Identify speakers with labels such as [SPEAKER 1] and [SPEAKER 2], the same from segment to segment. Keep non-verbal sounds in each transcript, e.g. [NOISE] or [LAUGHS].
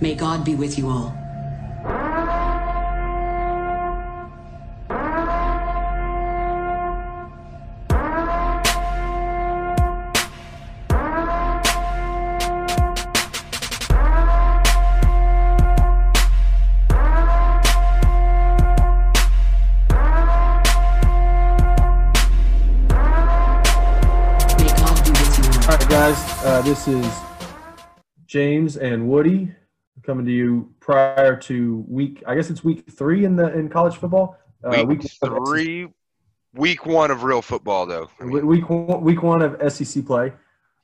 [SPEAKER 1] May God be with you all. May God be with you all.
[SPEAKER 2] All right, guys, uh, this is James and Woody coming to you prior to week. I guess it's week three in the in college football. Uh,
[SPEAKER 3] week three, week one of real football, though. I mean,
[SPEAKER 2] Week one, week one of SEC play.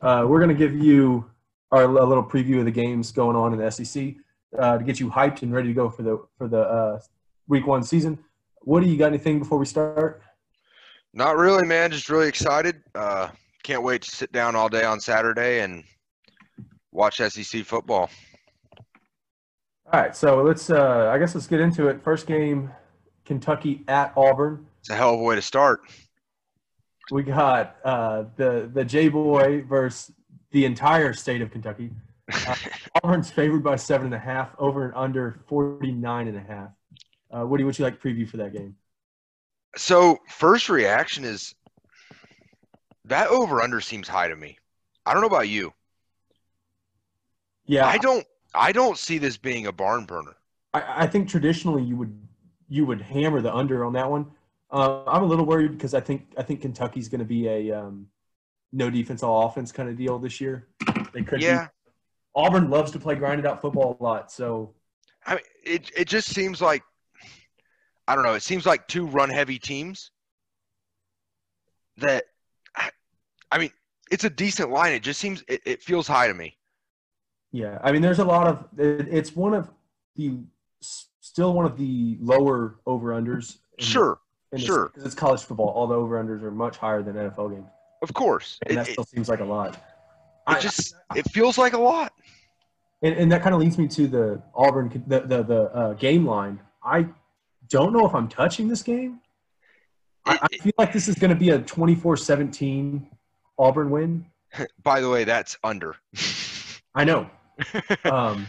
[SPEAKER 2] Uh, we're going to give you our a little preview of the games going on in the SEC uh, to get you hyped and ready to go for the for the uh, week one season. Woody, you got anything before we start?
[SPEAKER 3] not really, man. Just really excited. Uh, can't wait to sit down all day on Saturday and watch SEC football.
[SPEAKER 2] All right, so let's. Uh, I guess let's get into it. First game, Kentucky at Auburn.
[SPEAKER 3] It's a hell of a way to start.
[SPEAKER 2] We got uh, the the J boy versus the entire state of Kentucky.
[SPEAKER 3] [LAUGHS]
[SPEAKER 2] Uh, Auburn's favored by seven and a half, over and under 49 and a half. Uh, Woody, would you like preview for that game?
[SPEAKER 3] So first reaction is that over under seems high to me. I don't know about you.
[SPEAKER 2] Yeah,
[SPEAKER 3] I don't. I don't see this being a barn burner.
[SPEAKER 2] I, I think traditionally you would you would hammer the under on that one. Uh, I'm a little worried because I think I think Kentucky's going to be a um, no defense all offense kind of deal this year. They could be.
[SPEAKER 3] Yeah,
[SPEAKER 2] Auburn loves to play grinded out football a lot, so
[SPEAKER 3] I mean, it it just seems like I don't know. It seems like two run heavy teams that I mean, it's a decent line. It just seems it, it feels high to me.
[SPEAKER 2] Yeah, I mean, there's a lot of. it- It's one of the still one of the lower over unders.
[SPEAKER 3] Sure, sure.
[SPEAKER 2] Because it's college football. All the over unders are much higher than NFL games,
[SPEAKER 3] of course.
[SPEAKER 2] and
[SPEAKER 3] It,
[SPEAKER 2] that
[SPEAKER 3] it-
[SPEAKER 2] still seems like a lot.
[SPEAKER 3] it
[SPEAKER 2] I-
[SPEAKER 3] just it feels like a lot.
[SPEAKER 2] And, and that kind of leads me to the Auburn the the, the uh, game line. I don't know if I'm touching this game. I, I
[SPEAKER 3] It-
[SPEAKER 2] feel like this is going to be a 24-17 Auburn win.
[SPEAKER 3] By the way, that's under.
[SPEAKER 2] I know. um,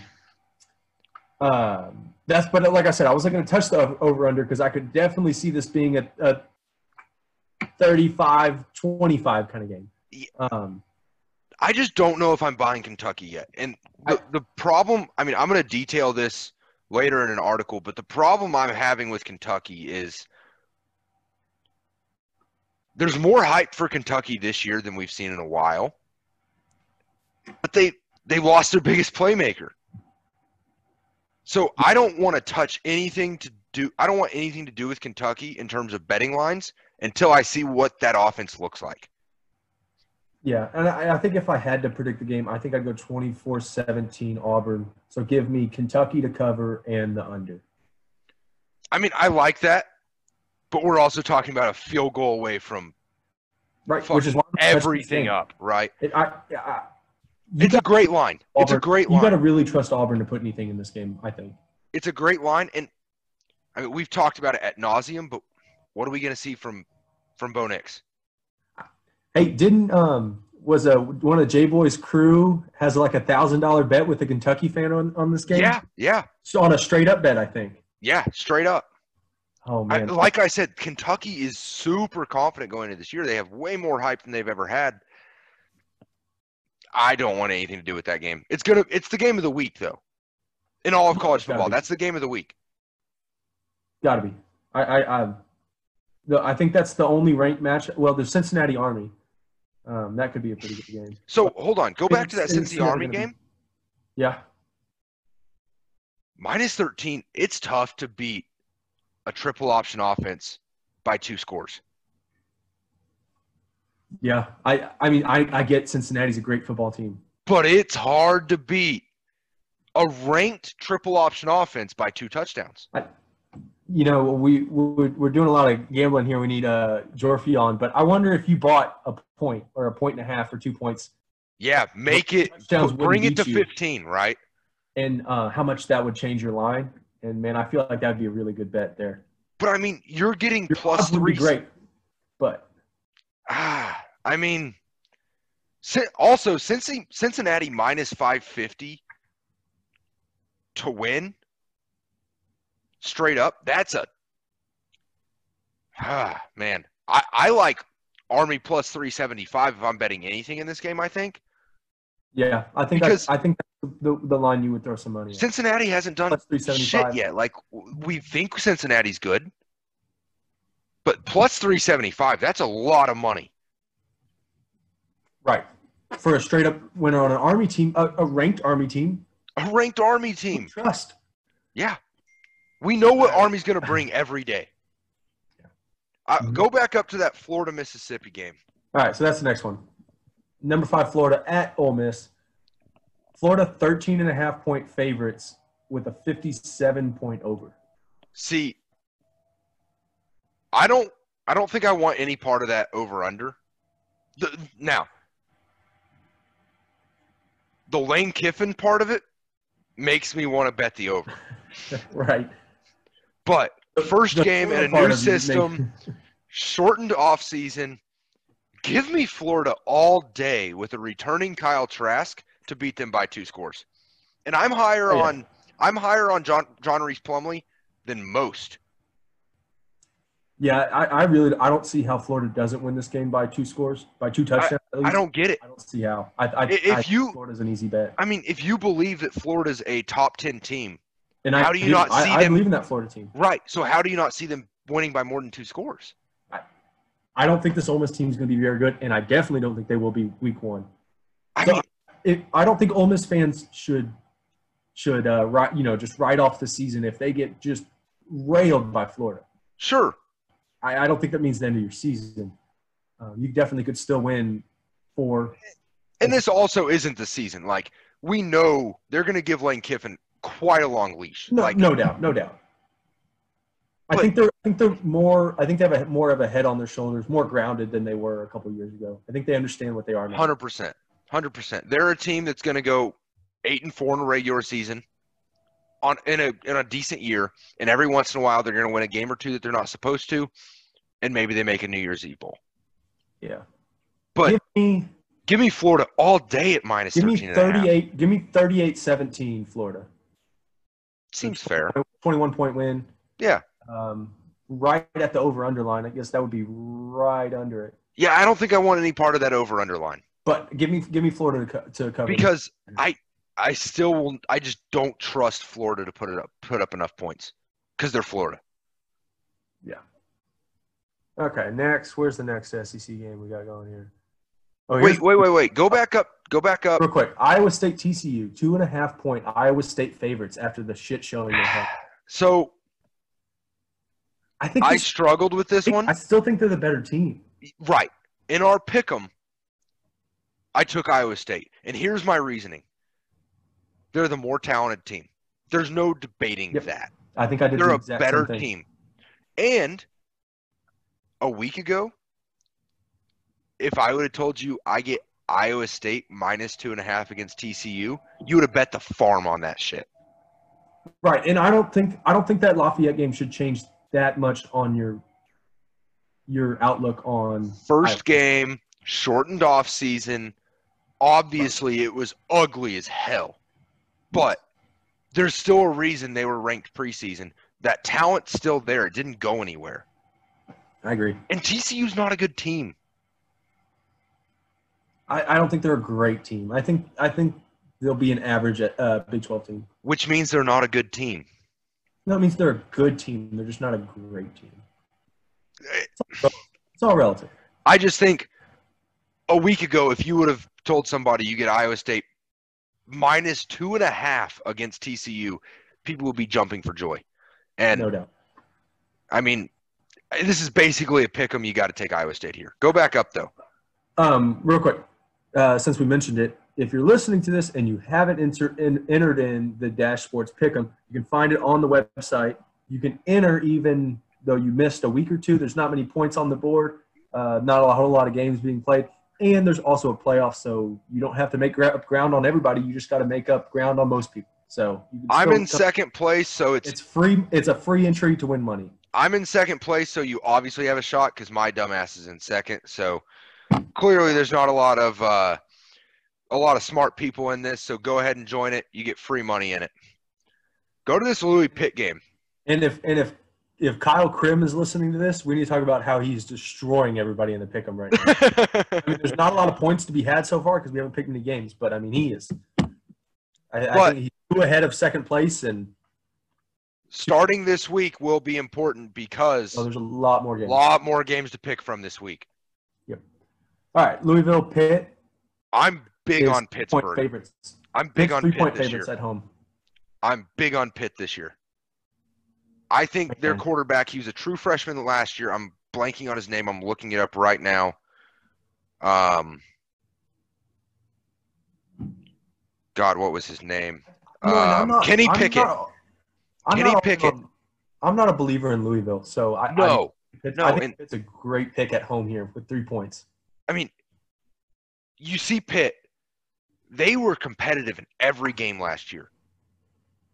[SPEAKER 2] um, that's but like I said, I wasn't going to touch the over under because I could definitely see this being a, a 35-25 kind of game.
[SPEAKER 3] Yeah.
[SPEAKER 2] Um,
[SPEAKER 3] I just don't know if I'm buying Kentucky yet. And the, the problem, I mean, I'm going to detail this later in an article, but the problem I'm having with Kentucky is there's more hype for Kentucky this year than we've seen in a while. But they they lost their biggest playmaker. So I don't want to touch anything to do I don't want anything to do with Kentucky in terms of betting lines until I see what that offense looks like.
[SPEAKER 2] yeah, and I, I think if I had to predict the game, I think I'd go 24-17 Auburn. So give me Kentucky to cover and the under.
[SPEAKER 3] I mean, I like that, but we're also talking about a field goal away from
[SPEAKER 2] Right,
[SPEAKER 3] Fuck
[SPEAKER 2] which is why I'm touching
[SPEAKER 3] everything
[SPEAKER 2] this game.
[SPEAKER 3] up, right?
[SPEAKER 2] It, I, I, you
[SPEAKER 3] It's a
[SPEAKER 2] got,
[SPEAKER 3] great line. It's a
[SPEAKER 2] Auburn,
[SPEAKER 3] great
[SPEAKER 2] you got to
[SPEAKER 3] line.
[SPEAKER 2] really trust Auburn to put anything in this game. I think.
[SPEAKER 3] It's a great line, and I mean, we've talked about it at nauseum. But what are we going to see from from Bo Nix?
[SPEAKER 2] Hey, didn't um was a one of J Boy's crew has like a thousand dollar bet with a Kentucky fan on, on this game?
[SPEAKER 3] Yeah, yeah,
[SPEAKER 2] So on a straight up bet, I think.
[SPEAKER 3] yeah. Straight up.
[SPEAKER 2] Oh
[SPEAKER 3] I,
[SPEAKER 2] man.
[SPEAKER 3] like I said, Kentucky is super confident going into this year. They have way more hype than they've ever had. I don't want anything to do with that game. It's gonna. It's the game of the week, though. In all of college
[SPEAKER 2] It's gotta
[SPEAKER 3] football,
[SPEAKER 2] be.
[SPEAKER 3] that's the game of the week.
[SPEAKER 2] Gotta be. I I I, the, I think that's the only ranked match. Well, the Cincinnati Army. Um, that could be a pretty good game.
[SPEAKER 3] So hold on, go back to that
[SPEAKER 2] Cincinnati
[SPEAKER 3] Cincy Army
[SPEAKER 2] gonna be-
[SPEAKER 3] game.
[SPEAKER 2] Yeah.
[SPEAKER 3] minus 13 it's tough to beat a triple option offense by two scores
[SPEAKER 2] Yeah. I I mean I, I get Cincinnati's a great football team.
[SPEAKER 3] but it's hard to beat a ranked triple option offense by two touchdowns
[SPEAKER 2] You know, we we're, we're doing a lot of gambling here. We need uh Jorfi on, but I wonder if you bought a point or a point and a half or two points
[SPEAKER 3] yeah make it
[SPEAKER 2] Touchdowns wouldn't
[SPEAKER 3] bring it
[SPEAKER 2] beat
[SPEAKER 3] to
[SPEAKER 2] you.
[SPEAKER 3] 15 right
[SPEAKER 2] and uh, how much that would change your line. And man, I feel like that'd be a really good bet there.
[SPEAKER 3] but i mean you're getting
[SPEAKER 2] Your
[SPEAKER 3] plus
[SPEAKER 2] odds would be
[SPEAKER 3] three
[SPEAKER 2] great, but
[SPEAKER 3] ah, i mean Cin- also Cincy- cincinnati minus 550 to win straight up, that's a ah, man. I, I like Army plus 375 if I'm betting anything in this game, I think.
[SPEAKER 2] Yeah, I think
[SPEAKER 3] Because-
[SPEAKER 2] that's, I think that's the, the line you would throw some money. At.
[SPEAKER 3] Cincinnati hasn't done
[SPEAKER 2] Plus three seventy
[SPEAKER 3] shit
[SPEAKER 2] five.
[SPEAKER 3] yet. Like w- we think Cincinnati's good, but plus 375, that's a lot of money.
[SPEAKER 2] Right. For a straight up winner on an army team, a, a ranked army team,
[SPEAKER 3] A ranked Army
[SPEAKER 2] we
[SPEAKER 3] team.
[SPEAKER 2] trust.
[SPEAKER 3] Yeah. We know what Army's going to
[SPEAKER 2] [LAUGHS]
[SPEAKER 3] bring every day. Uh,
[SPEAKER 2] Mhm.
[SPEAKER 3] go back up to that Florida Mississippi game.
[SPEAKER 2] All right, so that's the next one. Number five, Florida at Ole Miss. Florida 13 and a half point favorites with a 57 point over. [LAUGHS]
[SPEAKER 3] See, I don't, I don't think I want any part of that over under. The, now, the Lane Kiffin part of it makes me want to bet the over.
[SPEAKER 2] Right.
[SPEAKER 3] But first
[SPEAKER 2] The
[SPEAKER 3] game in a
[SPEAKER 2] Florida part
[SPEAKER 3] new
[SPEAKER 2] of it makes-
[SPEAKER 3] system, shortened off season. Give me Florida all day with a returning Kyle Trask to beat them by two scores. And I'm higher
[SPEAKER 2] Oh, yeah.
[SPEAKER 3] on I'm higher on John John Reese Plumley than most.
[SPEAKER 2] Yeah, I, I really I don't see how Florida doesn't win this game by two scores, by two touchdowns. at
[SPEAKER 3] I
[SPEAKER 2] least.
[SPEAKER 3] don't get it.
[SPEAKER 2] I don't see how. I, I,
[SPEAKER 3] If
[SPEAKER 2] I think
[SPEAKER 3] you-
[SPEAKER 2] Florida's an easy bet,
[SPEAKER 3] I mean, if you believe that Florida's a top ten team,
[SPEAKER 2] and I
[SPEAKER 3] how do you
[SPEAKER 2] believe-
[SPEAKER 3] not see
[SPEAKER 2] I, I
[SPEAKER 3] them-
[SPEAKER 2] believe in that Florida team.
[SPEAKER 3] right? So how do you not see them winning by more than two scores?
[SPEAKER 2] I don't think this Ole Miss team is going to be very good, and I definitely don't think they will be week one.
[SPEAKER 3] I
[SPEAKER 2] So-
[SPEAKER 3] mean,
[SPEAKER 2] It, I don't think Ole Miss fans should should uh, right, you know just write off the season if they get just railed by Florida.
[SPEAKER 3] sure,
[SPEAKER 2] I, I don't think that means the end of your season. Um, you definitely could still win four.
[SPEAKER 3] and this also isn't the season. Like we know they're going to give Lane Kiffin quite a long leash.
[SPEAKER 2] No,
[SPEAKER 3] like
[SPEAKER 2] no doubt, no doubt. I
[SPEAKER 3] But-
[SPEAKER 2] think they're. I think they're more. I think they have a, more of a head on their shoulders, more grounded than they were a couple years ago. I think they understand what they are now.
[SPEAKER 3] Hundred percent, hundred percent. They're a team that's going to go eight and four in a regular season, on in a in a decent year, and every once in a while they're going to win a game or two that they're not supposed to, and maybe they make a New Year's Eve bowl.
[SPEAKER 2] Yeah.
[SPEAKER 3] But-
[SPEAKER 2] give me
[SPEAKER 3] Give me Florida all day at minus
[SPEAKER 2] give me
[SPEAKER 3] thirteen and a half.
[SPEAKER 2] 38 give me 38-17 Florida.
[SPEAKER 3] Seems fair.
[SPEAKER 2] 21 point win.
[SPEAKER 3] Yeah.
[SPEAKER 2] Um, right at the over under line. I guess that would be right under it.
[SPEAKER 3] Yeah, I don't think I want any part of that over underline
[SPEAKER 2] But give me give me Florida to, co- to cover.
[SPEAKER 3] because I I still will I just don't trust Florida to put it up put up enough points because they're Florida.
[SPEAKER 2] okay, next, where's the next SEC game we got going here? Oh,
[SPEAKER 3] Wait,
[SPEAKER 2] here's-
[SPEAKER 3] wait, wait, wait. Go back up. Go back up.
[SPEAKER 2] real quick. Iowa State TCU, two and a half point Iowa State favorites after the shit showing they had.
[SPEAKER 3] So
[SPEAKER 2] I think
[SPEAKER 3] I
[SPEAKER 2] this-
[SPEAKER 3] struggled with this one.
[SPEAKER 2] I still think they're the better team.
[SPEAKER 3] Right. In our pick 'em, I took Iowa State. And here's my reasoning. They're the more talented team. There's no debating
[SPEAKER 2] Yep.
[SPEAKER 3] that.
[SPEAKER 2] I think I did
[SPEAKER 3] They're
[SPEAKER 2] the
[SPEAKER 3] a
[SPEAKER 2] exact
[SPEAKER 3] better
[SPEAKER 2] same thing.
[SPEAKER 3] team. And a week ago, if I would have told you I get Iowa State minus two and a half against TCU, you would have bet the farm on that shit.
[SPEAKER 2] Right, and I don't think I don't think that Lafayette game should change that much on your your outlook on
[SPEAKER 3] First game, shortened off season. Obviously, it was ugly as hell. But there's still a reason they were ranked preseason. That talent's still there. It didn't go anywhere.
[SPEAKER 2] I agree.
[SPEAKER 3] And TCU's not a good team.
[SPEAKER 2] I, I don't think they're a great team. I think I think they'll be an average uh, Big Twelve team.
[SPEAKER 3] Which means they're not a good team.
[SPEAKER 2] No, it means they're a good team. They're just not a great team.
[SPEAKER 3] Eh.
[SPEAKER 2] It's all- It's all relative.
[SPEAKER 3] I just think a week ago, if you would have told somebody you get Iowa State minus two and a half against TCU, people would be jumping for joy. And
[SPEAKER 2] No doubt.
[SPEAKER 3] I mean, this is basically a pick 'em. You got to take Iowa State here. Go back up though.
[SPEAKER 2] Um, real quick, uh, since we mentioned it, if you're listening to this and you haven't enter, in, entered in the Dash Sports Pick'em, you can find it on the website. You can enter even though you missed a week or two. There's not many points on the board, uh, not a whole lot of games being played, and there's also a playoff, so you don't have to make gra- up ground on everybody. You just got to make up ground on most people. So you can
[SPEAKER 3] I'm
[SPEAKER 2] still-
[SPEAKER 3] in second place, so it's,
[SPEAKER 2] It's free. It's a free entry to win money.
[SPEAKER 3] I'm in second place, so you obviously have a shot because my dumbass is in second. So clearly, there's not a lot of uh, a lot of smart people in this. So go ahead and join it. You get free money in it. Go to this Louis
[SPEAKER 2] [LAUGHS]
[SPEAKER 3] Pitt game.
[SPEAKER 2] And if and if if Kyle Krim is listening to this, we need to talk about how he's destroying everybody in the pick'em right now. I mean, there's not a lot of points to be had so far because we haven't picked any games, but I mean, he is. I, I
[SPEAKER 3] But-
[SPEAKER 2] think he's two ahead of second place, and
[SPEAKER 3] Starting this week will be important because
[SPEAKER 2] oh,
[SPEAKER 3] a
[SPEAKER 2] there's a lot more games.
[SPEAKER 3] lot more games to pick from this week.
[SPEAKER 2] All right, Louisville Pitt.
[SPEAKER 3] I'm big
[SPEAKER 2] is
[SPEAKER 3] on
[SPEAKER 2] Point
[SPEAKER 3] Pittsburgh.
[SPEAKER 2] favorites.
[SPEAKER 3] I'm big
[SPEAKER 2] Pitt's
[SPEAKER 3] on
[SPEAKER 2] three-point
[SPEAKER 3] Pitt this year.
[SPEAKER 2] favorites at home.
[SPEAKER 3] I'm big on Pitt this year. I think their
[SPEAKER 2] Okay.
[SPEAKER 3] quarterback, he was a true freshman last year. I'm blanking on his name. I'm looking it up right now. Um, God, what was his name?
[SPEAKER 2] No, and I'm
[SPEAKER 3] Um,
[SPEAKER 2] not-
[SPEAKER 3] Kenny
[SPEAKER 2] I'm
[SPEAKER 3] Pickett.
[SPEAKER 2] not- I'm
[SPEAKER 3] Kenny
[SPEAKER 2] not-
[SPEAKER 3] Pickett.
[SPEAKER 2] I'm not a believer in Louisville, so I I,
[SPEAKER 3] no,
[SPEAKER 2] Pitt-
[SPEAKER 3] no,
[SPEAKER 2] I think
[SPEAKER 3] and-
[SPEAKER 2] it's a great pick at home here with three points.
[SPEAKER 3] I mean, you see Pitt, they were competitive in every game last year.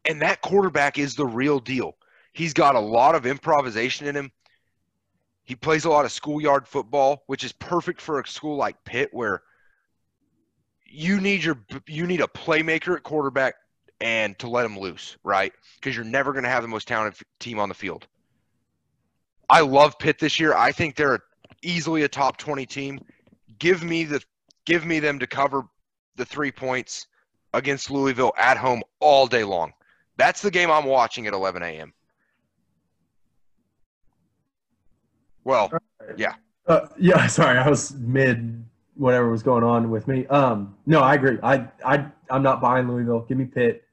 [SPEAKER 3] And that quarterback is the real deal. He's got a lot of improvisation in him. He plays a lot of schoolyard football, which is perfect for a school like Pitt where you need your you need a playmaker at quarterback and to let him loose, right? Because you're never going to have the most talented f- team on the field. I love Pitt this year. I think they're easily a top 20 team give me the give me them to cover the three points against Louisville at home all day long. That's the game I'm watching at 11 a.m. Well,
[SPEAKER 2] Uh, yeah, [LAUGHS] sorry, I was mid whatever was going on with me. Um, no, I agree. I I I'm not buying Louisville. Give me Pitt.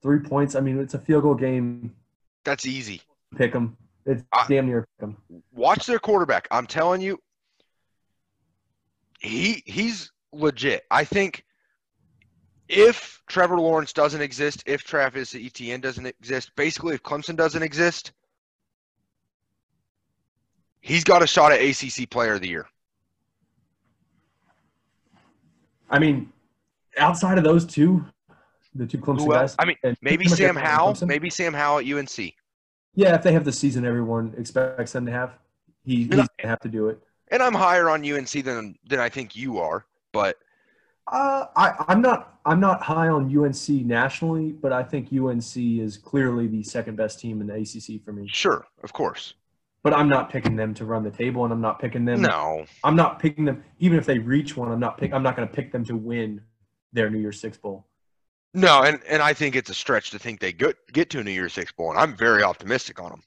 [SPEAKER 2] Three points. I mean, it's a field goal game.
[SPEAKER 3] that's easy.
[SPEAKER 2] Pick 'em. It's
[SPEAKER 3] I-
[SPEAKER 2] damn near pick 'em.
[SPEAKER 3] Watch their quarterback. I'm telling you, he he's legit. I think if Trevor Lawrence doesn't exist, if Travis Etienne doesn't exist, basically if Clemson doesn't exist, he's got a shot at ACC Player of the Year.
[SPEAKER 2] I mean, outside of those two, the two Clemson
[SPEAKER 3] Who else?
[SPEAKER 2] guys.
[SPEAKER 3] I mean,
[SPEAKER 2] and-
[SPEAKER 3] Maybe
[SPEAKER 2] pretty much
[SPEAKER 3] Sam
[SPEAKER 2] everyone
[SPEAKER 3] Howell.
[SPEAKER 2] Clemson.
[SPEAKER 3] Maybe Sam Howell at UNC.
[SPEAKER 2] Yeah, if they have the season everyone expects them to have, he, he's
[SPEAKER 3] I-
[SPEAKER 2] gonna have to do it.
[SPEAKER 3] And I'm higher on UNC than than I think you are. But
[SPEAKER 2] Uh, I, I'm not. I'm not high on UNC nationally, but I think UNC is clearly the second best team in the ACC for me.
[SPEAKER 3] sure, of course.
[SPEAKER 2] But I'm not picking them to run the table, and I'm not picking them.
[SPEAKER 3] No,
[SPEAKER 2] I'm not picking them. Even if they reach one, I'm not pick. I'm not going to pick them to win their New Year's Six bowl.
[SPEAKER 3] no, and and I think it's a stretch to think they get get to a New Year's Six bowl, and I'm very optimistic on them.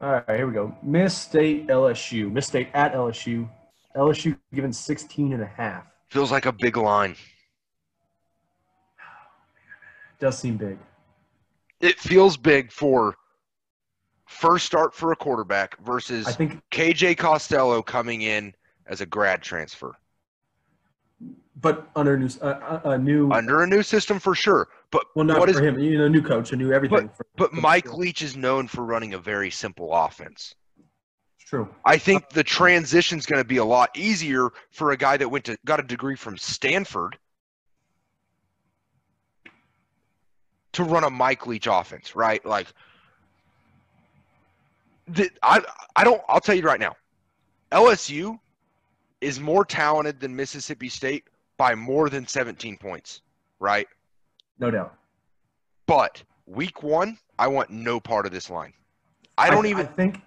[SPEAKER 2] All right, here we go. Miss State, LSU. Miss State at LSU. LSU given 16 and a half.
[SPEAKER 3] Feels like a big line.
[SPEAKER 2] Does seem big.
[SPEAKER 3] It feels big for first start for a quarterback versus
[SPEAKER 2] I think
[SPEAKER 3] KJ Costello coming in as a grad transfer
[SPEAKER 2] but under a new, uh, a new
[SPEAKER 3] under a new system for sure. But
[SPEAKER 2] well, not
[SPEAKER 3] what is
[SPEAKER 2] for him. You know, new coach, a new everything. for,
[SPEAKER 3] but
[SPEAKER 2] for
[SPEAKER 3] Mike
[SPEAKER 2] sure.
[SPEAKER 3] Leach is known for running a very simple offense.
[SPEAKER 2] It's true.
[SPEAKER 3] I think the transition's going to be a lot easier for a guy that went to got a degree from Stanford to run a Mike Leach offense, right? Like, the, I I don't. I'll tell you right now, LSU is more talented than Mississippi State by more than 17 points, right?
[SPEAKER 2] No doubt.
[SPEAKER 3] But week one, I want no part of this line. I don't
[SPEAKER 2] th-
[SPEAKER 3] even.
[SPEAKER 2] I think.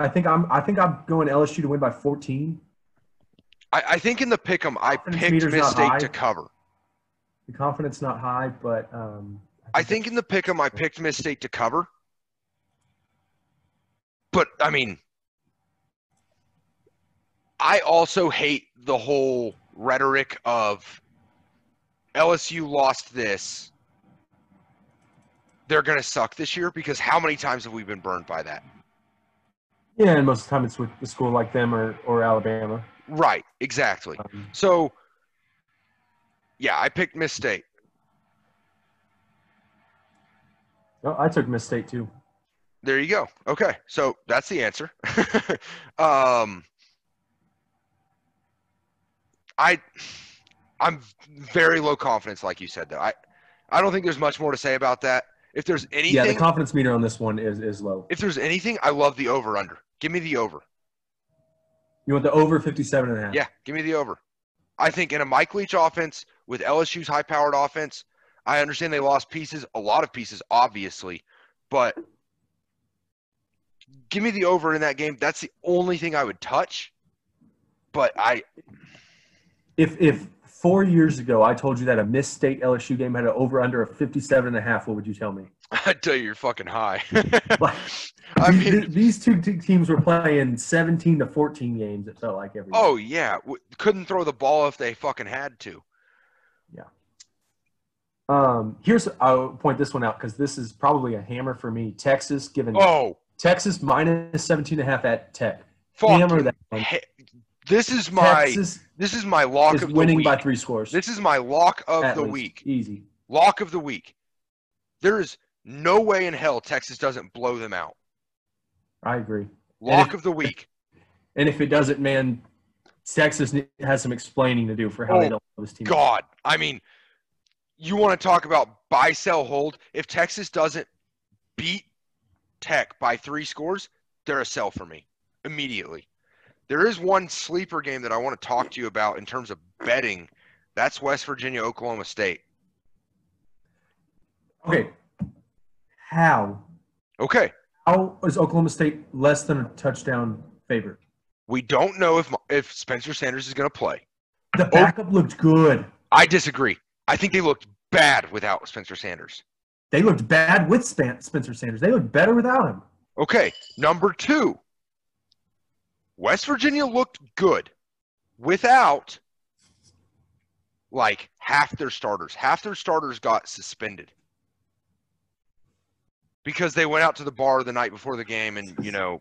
[SPEAKER 2] I think I'm. I think I'm going LSU to win by 14.
[SPEAKER 3] I, I think in the pick'em, I
[SPEAKER 2] Offense
[SPEAKER 3] picked
[SPEAKER 2] meter's
[SPEAKER 3] Miss
[SPEAKER 2] not
[SPEAKER 3] State
[SPEAKER 2] high.
[SPEAKER 3] to cover.
[SPEAKER 2] The confidence not high, but um,
[SPEAKER 3] I think in the pick'em I picked Miss State to cover. But I mean I also hate the whole rhetoric of LSU lost this. They're gonna suck this year because how many times have we been burned by that?
[SPEAKER 2] yeah, and most of the time it's with a school like them or or Alabama.
[SPEAKER 3] Right, exactly.
[SPEAKER 2] Um,
[SPEAKER 3] So, yeah, I picked Miss State.
[SPEAKER 2] oh, I took Miss State too.
[SPEAKER 3] There you go. Okay, so that's the answer. [LAUGHS] um, I, I'm very low confidence, like you said. Though I, I don't think there's much more to say about that. If there's anything,
[SPEAKER 2] Yeah, the confidence meter on this one is is low.
[SPEAKER 3] if there's anything, I love the over under. Give me the over.
[SPEAKER 2] You want the over 57 and a half?
[SPEAKER 3] Yeah, give me the over. I think in a Mike Leach offense with LSU's high powered offense, I understand they lost pieces, a lot of pieces, obviously, but give me the over in that game. That's the only thing I would touch. But I, [LAUGHS]
[SPEAKER 2] If if four years ago I told you that a Miss State LSU game had an over under of 57 and a half, what would you tell me?
[SPEAKER 3] I tell you, you're fucking high.
[SPEAKER 2] Like,
[SPEAKER 3] [LAUGHS] I
[SPEAKER 2] th-
[SPEAKER 3] mean,
[SPEAKER 2] th- these two t- teams were playing 17 to 14 games. It felt like every.
[SPEAKER 3] Oh yeah, w- couldn't throw the ball if they fucking had to.
[SPEAKER 2] Um, here's I'll point this one out because this is probably a hammer for me. Texas given
[SPEAKER 3] Oh
[SPEAKER 2] Texas minus 17 and a half at Tech. Hammer
[SPEAKER 3] fuck!
[SPEAKER 2] that one.
[SPEAKER 3] He- This is my
[SPEAKER 2] Texas
[SPEAKER 3] this is my lock
[SPEAKER 2] is
[SPEAKER 3] of the
[SPEAKER 2] winning
[SPEAKER 3] week.
[SPEAKER 2] by three scores.
[SPEAKER 3] This is my lock of
[SPEAKER 2] at
[SPEAKER 3] the
[SPEAKER 2] least.
[SPEAKER 3] week.
[SPEAKER 2] Easy.
[SPEAKER 3] Lock of the week. There is no way in hell Texas doesn't blow them out.
[SPEAKER 2] I agree.
[SPEAKER 3] Lock
[SPEAKER 2] if-
[SPEAKER 3] of the week.
[SPEAKER 2] And if it doesn't, man, Texas ne- has some explaining to do for how
[SPEAKER 3] Oh,
[SPEAKER 2] they don't love this team.
[SPEAKER 3] God, I mean, you want to talk about buy, sell, hold? If Texas doesn't beat Tech by three scores, they're a sell for me immediately. There is one sleeper game that I want to talk to you about in terms of betting. That's West Virginia, Oklahoma State.
[SPEAKER 2] Okay. How?
[SPEAKER 3] Okay,
[SPEAKER 2] How is Oklahoma State less than a touchdown favorite?
[SPEAKER 3] we don't know if if Spencer Sanders is going to play.
[SPEAKER 2] The
[SPEAKER 3] Oh.
[SPEAKER 2] backup looked good.
[SPEAKER 3] I disagree. I think they looked bad without Spencer Sanders.
[SPEAKER 2] They looked bad with Span- Spencer Sanders. They looked better without him.
[SPEAKER 3] Okay, number two. West Virginia looked good without like half their starters. Half their starters got suspended because they went out to the bar the night before the game and, you know,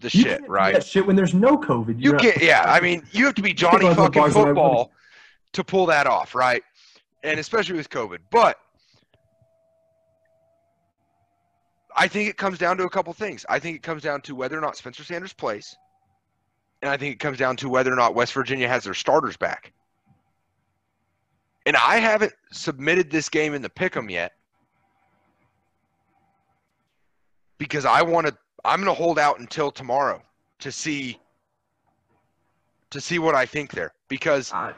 [SPEAKER 3] the
[SPEAKER 2] You can't
[SPEAKER 3] shit,
[SPEAKER 2] do
[SPEAKER 3] right?
[SPEAKER 2] That shit when there's no COVID.
[SPEAKER 3] You
[SPEAKER 2] You're not-
[SPEAKER 3] can't, yeah. I mean, you have to be Johnny
[SPEAKER 2] go to the
[SPEAKER 3] fucking
[SPEAKER 2] bars and I wouldn't-
[SPEAKER 3] football to pull that off, right? And especially with COVID. But I think it comes down to a couple things. I think it comes down to whether or not Spencer Sanders plays, and I think it comes down to whether or not West Virginia has their starters back. And I haven't submitted this game in the pick'em yet because I want to. I'm going to hold out until tomorrow to see to see what I think there because
[SPEAKER 2] I-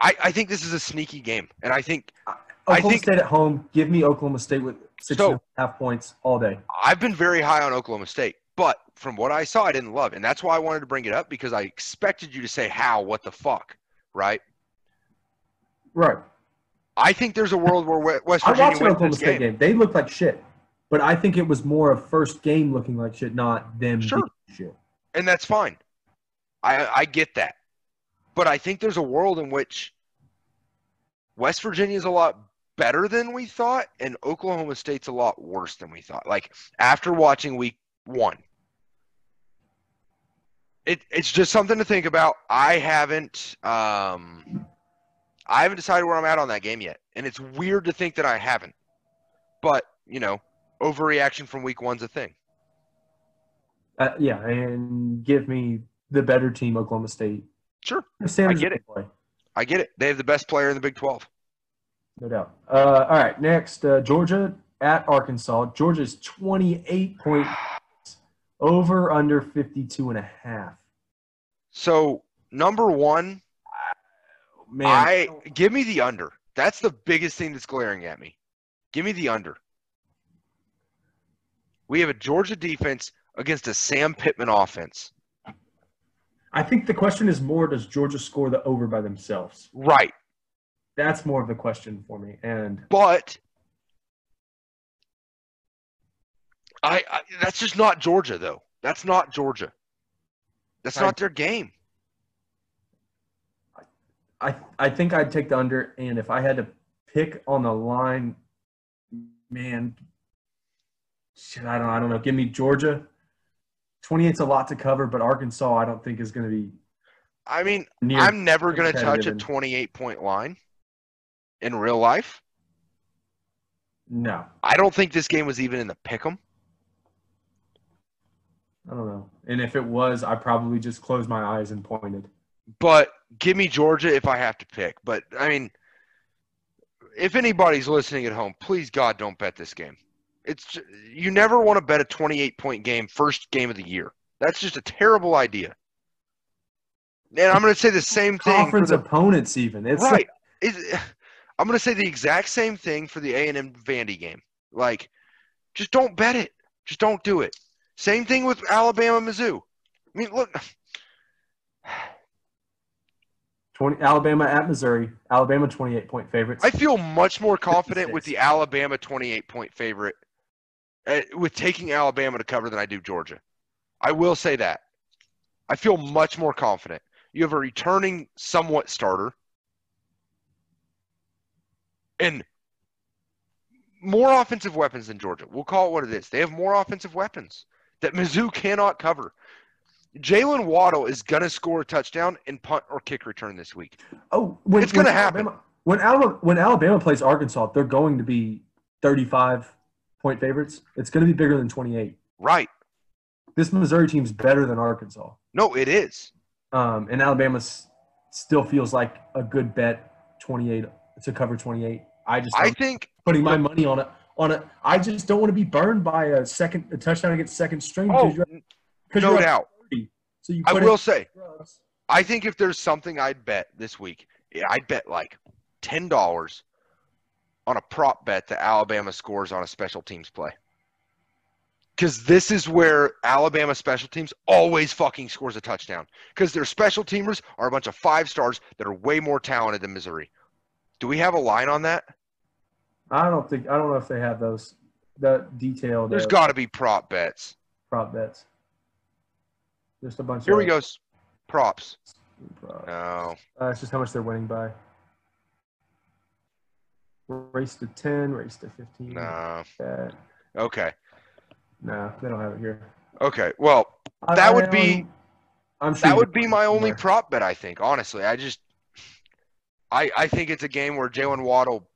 [SPEAKER 3] I, I think this is a sneaky game and I think I
[SPEAKER 2] Oklahoma
[SPEAKER 3] think-
[SPEAKER 2] State at home. Give me Oklahoma State with six
[SPEAKER 3] So-
[SPEAKER 2] and a half points all day.
[SPEAKER 3] I've been very high on Oklahoma State, but from what I saw, I didn't love, and that's why I wanted to bring it up because I expected you to say how, what the fuck, right?
[SPEAKER 2] Right.
[SPEAKER 3] I think there's a world where we- West
[SPEAKER 2] I
[SPEAKER 3] Virginia
[SPEAKER 2] watched an
[SPEAKER 3] wins
[SPEAKER 2] Oklahoma
[SPEAKER 3] this
[SPEAKER 2] State
[SPEAKER 3] game.
[SPEAKER 2] game. They looked like shit, but I think it was more of first game looking like shit, not them
[SPEAKER 3] Sure.
[SPEAKER 2] being shit.
[SPEAKER 3] and that's fine. I I get that, but I think there's a world in which West Virginia's a lot better than we thought, and Oklahoma State's a lot worse than we thought. Like after watching week one, it it's just something to think about. I haven't um, I haven't decided where I'm at on that game yet, and it's weird to think that I haven't. But you know, overreaction from week one's a thing.
[SPEAKER 2] Uh, yeah, and give me the better team, Oklahoma State.
[SPEAKER 3] Sure,
[SPEAKER 2] If Sanders
[SPEAKER 3] get
[SPEAKER 2] can Play,
[SPEAKER 3] I get it. They have the best player in the Big Twelve.
[SPEAKER 2] no doubt. Uh, all right, next uh, Georgia at Arkansas. Georgia's 28 point [SIGHS] over under 52 and a half.
[SPEAKER 3] So number one,
[SPEAKER 2] Oh, Man,
[SPEAKER 3] I give me the under. That's the biggest thing that's glaring at me. Give me the under. We have a Georgia defense against a Sam Pittman offense.
[SPEAKER 2] I think the question is more: Does Georgia score the over by themselves?
[SPEAKER 3] Right.
[SPEAKER 2] That's more of the question for me. And
[SPEAKER 3] But I, I that's just not Georgia though. That's not Georgia. That's
[SPEAKER 2] Right.
[SPEAKER 3] not their game.
[SPEAKER 2] I I think I'd take the under, and if I had to pick on the line, man, shit, I don't I don't know. Give me Georgia. 28's a lot to cover, but Arkansas I don't think is going to be
[SPEAKER 3] I mean,
[SPEAKER 2] near.
[SPEAKER 3] I'm never going to touch
[SPEAKER 2] competitive
[SPEAKER 3] a
[SPEAKER 2] and-
[SPEAKER 3] 28 point line in real life.
[SPEAKER 2] no,
[SPEAKER 3] I don't think this game was even in the pick 'em.
[SPEAKER 2] I don't know. And if it was, I probably just closed my eyes and pointed.
[SPEAKER 3] but give me Georgia if I have to pick. But I mean, if anybody's listening at home, please God don't bet this game. It's ju- you never want to bet a 28 point game first game of the year. That's just a terrible idea. And I'm going to say the same thing. for
[SPEAKER 2] Conference
[SPEAKER 3] the-
[SPEAKER 2] opponents, even it's
[SPEAKER 3] right.
[SPEAKER 2] like,
[SPEAKER 3] It- I'm going to say the exact same thing for the A&M Vandy game. Like, just don't bet it. Just don't do it. Same thing with Alabama Mizzou. I mean, look,
[SPEAKER 2] 20, Alabama at Missouri. Alabama 28 point favorites.
[SPEAKER 3] I feel much more confident with the Alabama 28 point favorite uh, with taking Alabama to cover than I do Georgia. I will say that. I feel much more confident. You have a returning somewhat starter. And more offensive weapons than Georgia. We'll call it what it is. They have more offensive weapons that Mizzou cannot cover. Jalen Waddle is gonna score a touchdown and punt or kick return this week.
[SPEAKER 2] oh, when,
[SPEAKER 3] It's gonna
[SPEAKER 2] when
[SPEAKER 3] happen.
[SPEAKER 2] Alabama, when Alabama when Alabama plays Arkansas, they're going to be 35 point favorites. It's going to be bigger than 28.
[SPEAKER 3] Right?
[SPEAKER 2] This Missouri team's better than Arkansas,
[SPEAKER 3] No, it is.
[SPEAKER 2] um, and Alabama s- still feels like a good bet 28 to cover 28. I just
[SPEAKER 3] I
[SPEAKER 2] I'm
[SPEAKER 3] think
[SPEAKER 2] putting my money on it. On a, I just don't want to be burned by a second a touchdown against second string.
[SPEAKER 3] oh,
[SPEAKER 2] because you're,
[SPEAKER 3] n-
[SPEAKER 2] 'cause
[SPEAKER 3] no
[SPEAKER 2] you're up
[SPEAKER 3] doubt.
[SPEAKER 2] 30. So you
[SPEAKER 3] I
[SPEAKER 2] put
[SPEAKER 3] will
[SPEAKER 2] in
[SPEAKER 3] say
[SPEAKER 2] drugs.
[SPEAKER 3] I think if there's something I'd bet this week, yeah, I'd bet like ten dollars on a prop bet that Alabama scores on a special teams play. Because this is where Alabama special teams always fucking scores a touchdown. Because their special teamers are a bunch of five stars that are way more talented than Missouri. Do we have a line on that?
[SPEAKER 2] I don't think I don't know if they have those that detailed
[SPEAKER 3] There's
[SPEAKER 2] uh,
[SPEAKER 3] got to be prop bets.
[SPEAKER 2] prop bets. Just a bunch.
[SPEAKER 3] Here
[SPEAKER 2] of
[SPEAKER 3] we go. s- Props.
[SPEAKER 2] Prop.
[SPEAKER 3] No.
[SPEAKER 2] Uh, it's just how much they're winning by. Race to ten, race to fifteen.
[SPEAKER 3] No.
[SPEAKER 2] Uh,
[SPEAKER 3] Okay.
[SPEAKER 2] no, they don't have it here.
[SPEAKER 3] Okay. Well,
[SPEAKER 2] I-
[SPEAKER 3] That
[SPEAKER 2] I
[SPEAKER 3] would be-
[SPEAKER 2] don't- I'm sure
[SPEAKER 3] that
[SPEAKER 2] you can
[SPEAKER 3] would be
[SPEAKER 2] find it
[SPEAKER 3] my only
[SPEAKER 2] somewhere.
[SPEAKER 3] prop bet. I think honestly, I just I I think it's a game where Jalen Waddle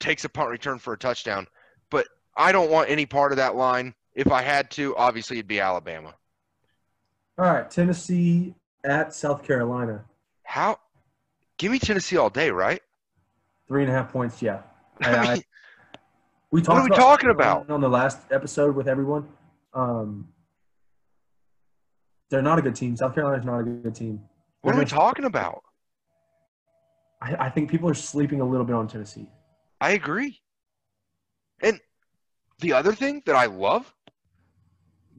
[SPEAKER 3] takes a punt return for a touchdown, but I don't want any part of that line. If I had to, obviously it'd be Alabama.
[SPEAKER 2] All right, Tennessee at South Carolina,
[SPEAKER 3] How? Give me Tennessee all day, right?
[SPEAKER 2] three and a half points. Yeah. I-
[SPEAKER 3] [LAUGHS] I
[SPEAKER 2] I-
[SPEAKER 3] mean,
[SPEAKER 2] we
[SPEAKER 3] What
[SPEAKER 2] talked
[SPEAKER 3] are we
[SPEAKER 2] about
[SPEAKER 3] talking about?
[SPEAKER 2] on the last episode with everyone. Um, they're not a good team. South Carolina's not a good team.
[SPEAKER 3] what are we
[SPEAKER 2] They're
[SPEAKER 3] talking about?
[SPEAKER 2] gonna- I, I think people are sleeping a little bit on Tennessee.
[SPEAKER 3] I agree. And the other thing that I love,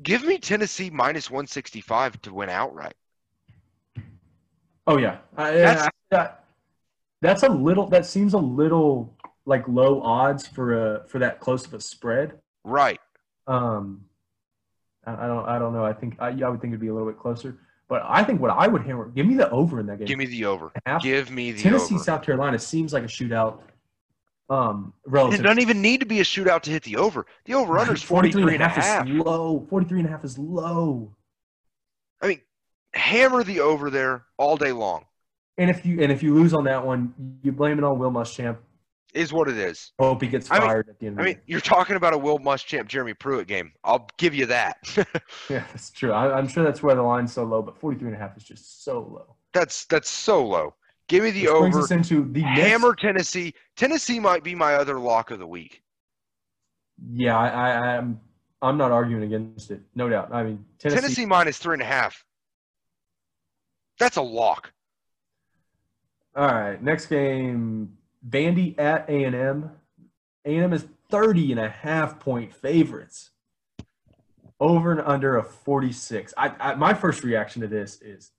[SPEAKER 3] give me Tennessee minus 165 to win outright.
[SPEAKER 2] Oh yeah, I,
[SPEAKER 3] That's-
[SPEAKER 2] I- that- that's a little. That seems a little like low odds for a for that close of a spread.
[SPEAKER 3] Right.
[SPEAKER 2] Um, I, I don't. I don't know. I think I, I would think it'd be a little bit closer. But I think what I would hammer. Give me the over in that game.
[SPEAKER 3] Give me the over.
[SPEAKER 2] Half-
[SPEAKER 3] Give me the
[SPEAKER 2] Tennessee,
[SPEAKER 3] over.
[SPEAKER 2] South Carolina seems like a shootout. Um, relative.
[SPEAKER 3] It doesn't even need to be a shootout to hit the over. The over under
[SPEAKER 2] [LAUGHS]
[SPEAKER 3] is 43 and a half.
[SPEAKER 2] is low. 43 and a half is low.
[SPEAKER 3] I mean, hammer the over there all day long
[SPEAKER 2] And if you and if you lose on that one, you blame it on Will Muschamp.
[SPEAKER 3] is what it is.
[SPEAKER 2] Hope he gets
[SPEAKER 3] I mean-
[SPEAKER 2] fired at the end. Of the
[SPEAKER 3] I mean, you're talking about a Will Muschamp, Jeremy Pruitt game. I'll give you that. [LAUGHS]
[SPEAKER 2] year. yeah, that's true. I, I'm sure that's why the line's so low, but 43 and a half is just so low.
[SPEAKER 3] that's that's so low. Give me the
[SPEAKER 2] Which brings
[SPEAKER 3] over.
[SPEAKER 2] us into the next-
[SPEAKER 3] Hammer Tennessee. Tennessee might be my other lock of the week.
[SPEAKER 2] Yeah, I, I, I'm I'm not arguing against it. No doubt. I mean, Tennessee.
[SPEAKER 3] Tennessee, minus three and a half. That's a lock.
[SPEAKER 2] All right, next game, Vandy at A and M. A and M is 30 and a half point favorites. Over and under of 46. I, I my first reaction to this is